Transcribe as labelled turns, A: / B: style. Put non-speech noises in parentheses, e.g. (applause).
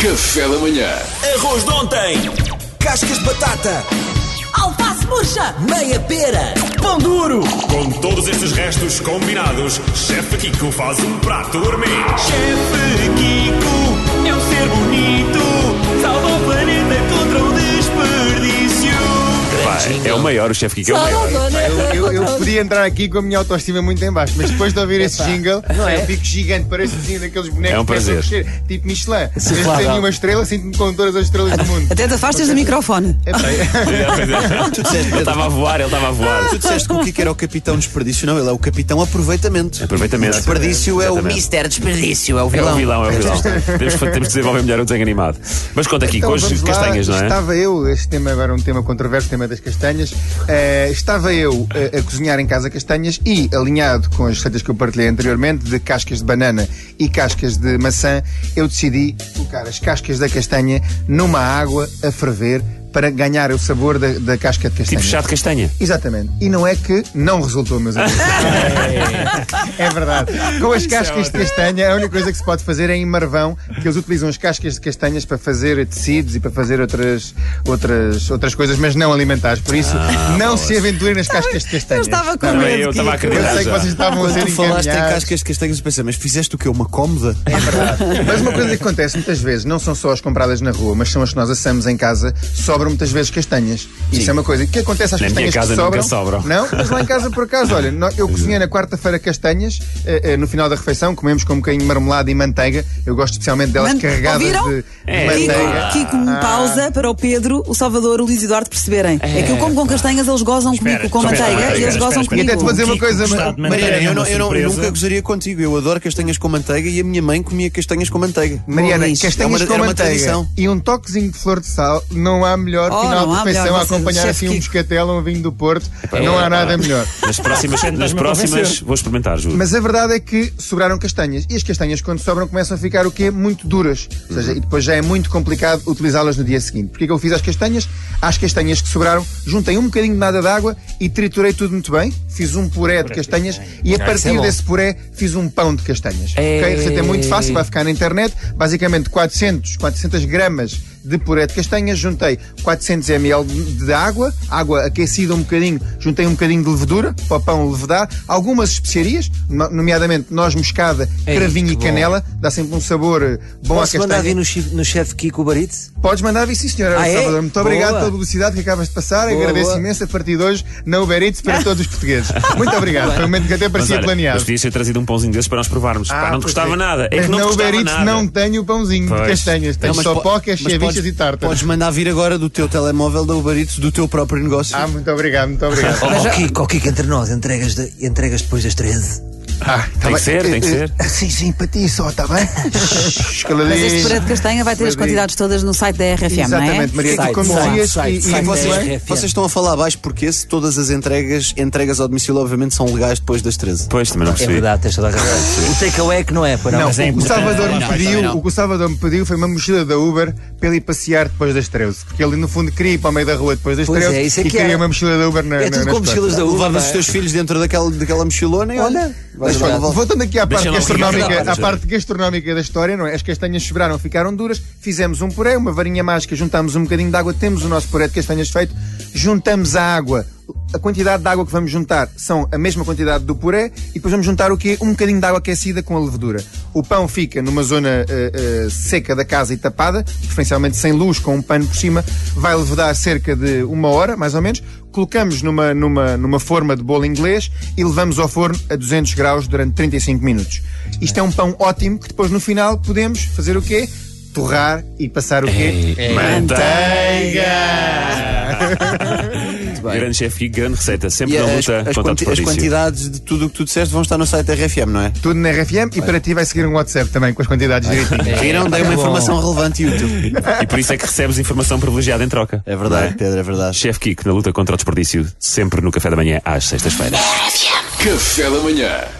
A: Café da manhã.
B: Arroz de ontem! Cascas de batata!
C: Alface murcha!
B: Meia pera!
C: Pão duro!
D: Com todos estes restos combinados, Chefe Kiko faz um prato gourmet.
E: Chefe Kiko é um ser bonito, salva o planeta contra o desperdício.
D: é o maior, o chefe Kiko é o
C: Olha o
D: maior.
C: planeta!
F: Eu, eu podia entrar aqui com a minha autoestima muito em baixo, mas depois de ouvir esse jingle,
C: é?
F: eu fico gigante, pareço assim daqueles bonecos
D: É um
F: que começam a
D: prazer.
F: crescer, tipo Michelin. Se eu tenho uma estrela, sinto-me com todas as estrelas do mundo.
D: Então
C: Até te afastas do microfone.
F: É (laughs)
G: disseste,
D: Ele
G: Pedro,
D: estava a voar, ele estava a voar.
G: tu disseste que o Kiko era o capitão desperdício. Não, ele é o capitão aproveitamento.
D: Aproveitamento.
G: O desperdício é o
D: Exatamente.
G: Mister Desperdício, é o
D: É
G: vilão.
D: o vilão, é o vilão. temos, temos que desenvolver melhor o desenho animado. Mas conta aqui,
F: Então,
D: com as
F: vamos lá.
D: castanhas, não é?
F: Estava eu, este tema agora é um tema controverso, o tema das castanhas. Eh, estava eu eh, a cozinhar em casa castanhas e, alinhado com as receitas que eu partilhei anteriormente, de cascas de banana e cascas de maçã, eu decidi colocar as cascas da castanha numa água a ferver para ganhar o sabor da, da casca de castanha.
D: Tipo chá de castanha.
F: Exatamente. E não é que não resultou, meus amigos.
G: (laughs)
F: é verdade. Com
G: é
F: as cascas de castanha, a única coisa que se pode fazer é em marvão, que eles utilizam as cascas de castanhas para fazer tecidos e para fazer outras, outras, outras coisas, mas não alimentares. Por isso,
G: Ah,
F: não se aventurem nas cascas de castanha.
C: Eu estava com
D: Também
C: medo.
D: eu estava a
C: Kiko.
F: Eu
D: acreditar
F: sei que
D: já.
F: vocês estavam a
G: Quando
F: ser
G: tu falaste em
F: encaminhados.
G: cascas de castanhas, eu pensei, mas fizeste o quê? Uma cómoda?
H: É
F: Mas uma coisa que acontece muitas vezes, não são só as compradas na rua, mas são as que nós assamos em casa, sobram muitas vezes castanhas. Isso é uma coisa. O que acontece às
D: Na minha
F: castanhas
D: casa
F: que
D: nunca
F: sobram?
D: sobram. é.
F: Não, mas lá em casa, por acaso, olha, nó- eu cozinhei na quarta-feira castanhas, eh, eh, no final da refeição, comemos com um bocadinho de marmelada e manteiga. Eu gosto especialmente delas
C: Man-
F: carregadas
C: Ouviram?
F: de, de
D: É.
F: manteiga. Ah.
C: Kiko, um Kiko, pausa para o Pedro, o Salvador, o Luís e o Eduardo perceberem. É que eu como com castanhas, eles gozam comigo com
D: espera,
C: manteiga
D: espera,
C: e eles
D: espera,
C: gozam
D: espera,
F: E até te vou
C: comigo.
F: dizer uma
E: Kiko
F: coisa,
E: gostado de
F: Mariana,
G: Mariana, eu, não- eu não- eu
E: surpresa.
G: nunca gozaria contigo. Eu adoro castanhas com manteiga e a minha mãe comia castanhas com manteiga.
F: Mariana,
C: Bom, Luís,
F: castanhas
G: é uma-
F: com
G: era uma
F: manteiga
G: tradição.
F: e um toquezinho de flor de sal, não há melhor
C: Oh,
F: final
C: não
F: de
C: há
F: refeição
C: melhor,
F: a acompanhar
C: chefe
F: assim um
C: Kiko.
F: moscatel ou um vinho do Porto.
D: é
F: não há nada melhor.
D: Nas próximas, nas
E: Estás-me a
D: próximas
E: convencer.
D: vou experimentar, juro.
F: Mas a verdade é que sobraram castanhas. E as castanhas, quando sobram, começam a ficar o quê? Muito duras. Ou seja, e depois já é muito complicado utilizá-las no dia seguinte. Porquê que eu fiz as castanhas? Às castanhas que sobraram, juntei um bocadinho de nada de água e triturei tudo muito bem. Fiz um puré de Ah, castanhas e a partir desse puré fiz um pão de castanhas. Ok? A receita é muito fácil, vai ficar na internet. Basicamente 400, 400 gramas de puré de castanhas, juntei 400 ml de de água, água aquecida um bocadinho, juntei um bocadinho de levedura para o pão levedar, algumas especiarias, no- nomeadamente noz moscada, cravinho e canela, dá sempre um sabor eh, bom à
H: Posso mandar
F: castanha.
H: vir no, chi- no chefe Kiko Barite?
F: Podes mandar vir, sim, senhora
H: Ah, é?
F: Salvador. Muito
H: Boa.
F: obrigado pela publicidade que acabas de passar,
H: Boa,
F: agradeço
H: boa.
F: imenso a partir de hoje na Uber Eats para todos os
H: (laughs)
F: portugueses. Muito obrigado, foi um momento que até
D: Mas
F: parecia
D: olha, mas
F: planeado.
D: podias ter trazido um pãozinho desses para nós provarmos.
F: Ah,
D: Pá, não te
F: pois
D: gostava
F: é.
D: nada. É
F: Mas
D: que não te
F: na Uber
D: gostava
F: Eats
D: nada.
F: não tenho o pãozinho
D: Pois.
F: de castanhas, tenho
G: Não, mas
F: só
G: po-
F: pocas,
G: mas
F: chavichas
G: podes-
F: e tartas.
G: Podes mandar vir agora do teu telemóvel da Uber Eats, do teu próprio negócio.
F: Ah, muito obrigado, muito obrigado.
H: (laughs) Oh, Kiko, oh, Kiko, entre nós, entregas, de- entregas depois das 13.
F: Ah,
D: Tem
F: tá bem.
D: que ser, tem que ser.
F: Sim, sim, para ti só, está bem? Escaladinho.
C: Mas este puré de castanha vai ter as
F: Mas-
C: quantidades todas no site da RFM, não é?
F: Exatamente, Maria,
H: Site,
F: tu como
H: site,
F: dizias,
H: site,
F: e- e
H: site,
F: muito
H: site.
F: bem.
H: É.
G: Vocês estão a falar abaixo porque se todas as entregas, entregas ao domicílio, obviamente, são legais depois das 13.
D: Pois, também não
H: É
D: percebi.
H: verdade, tens toda a razão. O takeaway é que não é, para
F: Não,
H: não.
F: o, que o Salvador me pediu, o que o Salvador me pediu foi uma mochila da Uber para ele ir passear depois das 13. Porque ele, no fundo, queria ir para o meio da rua depois das
H: Pois
F: 13
H: é, isso é
F: e
H: que
F: queria
H: é.
F: uma mochila da Uber na
H: É
F: na-
H: tudo
F: nas
H: com mochilas
F: costas.
H: da Uva. é?
G: Levavas os teus filhos dentro daquela, daquela mochilona e olha. vais
F: Mas
G: dar uma
F: pronto,
G: volta.
F: voltando aqui à parte,
D: Deixa lá o Ricardo falar,
F: gastronómica, à
D: deixa.
F: parte gastronómica da história, não é? As castanhas sobraram, ficaram duras, fizemos um puré, uma varinha mágica, juntámos um bocadinho de água, temos o nosso puré de castanhas feito, juntamos a água. A quantidade de água que vamos juntar são a mesma quantidade do puré e depois vamos juntar o quê? Um bocadinho de água aquecida com a levedura. O pão fica numa zona eh, eh, seca da casa e tapada, preferencialmente sem luz, com um pano por cima, vai levedar cerca de uma hora, mais ou menos, colocamos numa, numa, numa forma de bolo inglês e levamos ao forno a 200 graus durante 35 minutos. Isto é um pão ótimo que depois no final podemos fazer o quê? Torrar e passar o quê?
C: É.
D: Grande chefe e grande receita. Sempre
G: E
D: na
G: as,
D: luta
G: as
D: contra o
G: quanti- as
D: desperdício.
G: quantidades de tudo o que tu disseste vão estar no site da RFM, não é?
F: Tudo na RFM e para ti vai seguir um WhatsApp também com as quantidades direitinhas.
G: Viram? Dei uma informação relevante e útil.
D: E por isso é que recebes informação privilegiada em troca.
G: É verdade, Pedro, é verdade.
D: Chefe Kiko na luta contra o desperdício, sempre no café da manhã às sextas-feiras.
A: Café da manhã.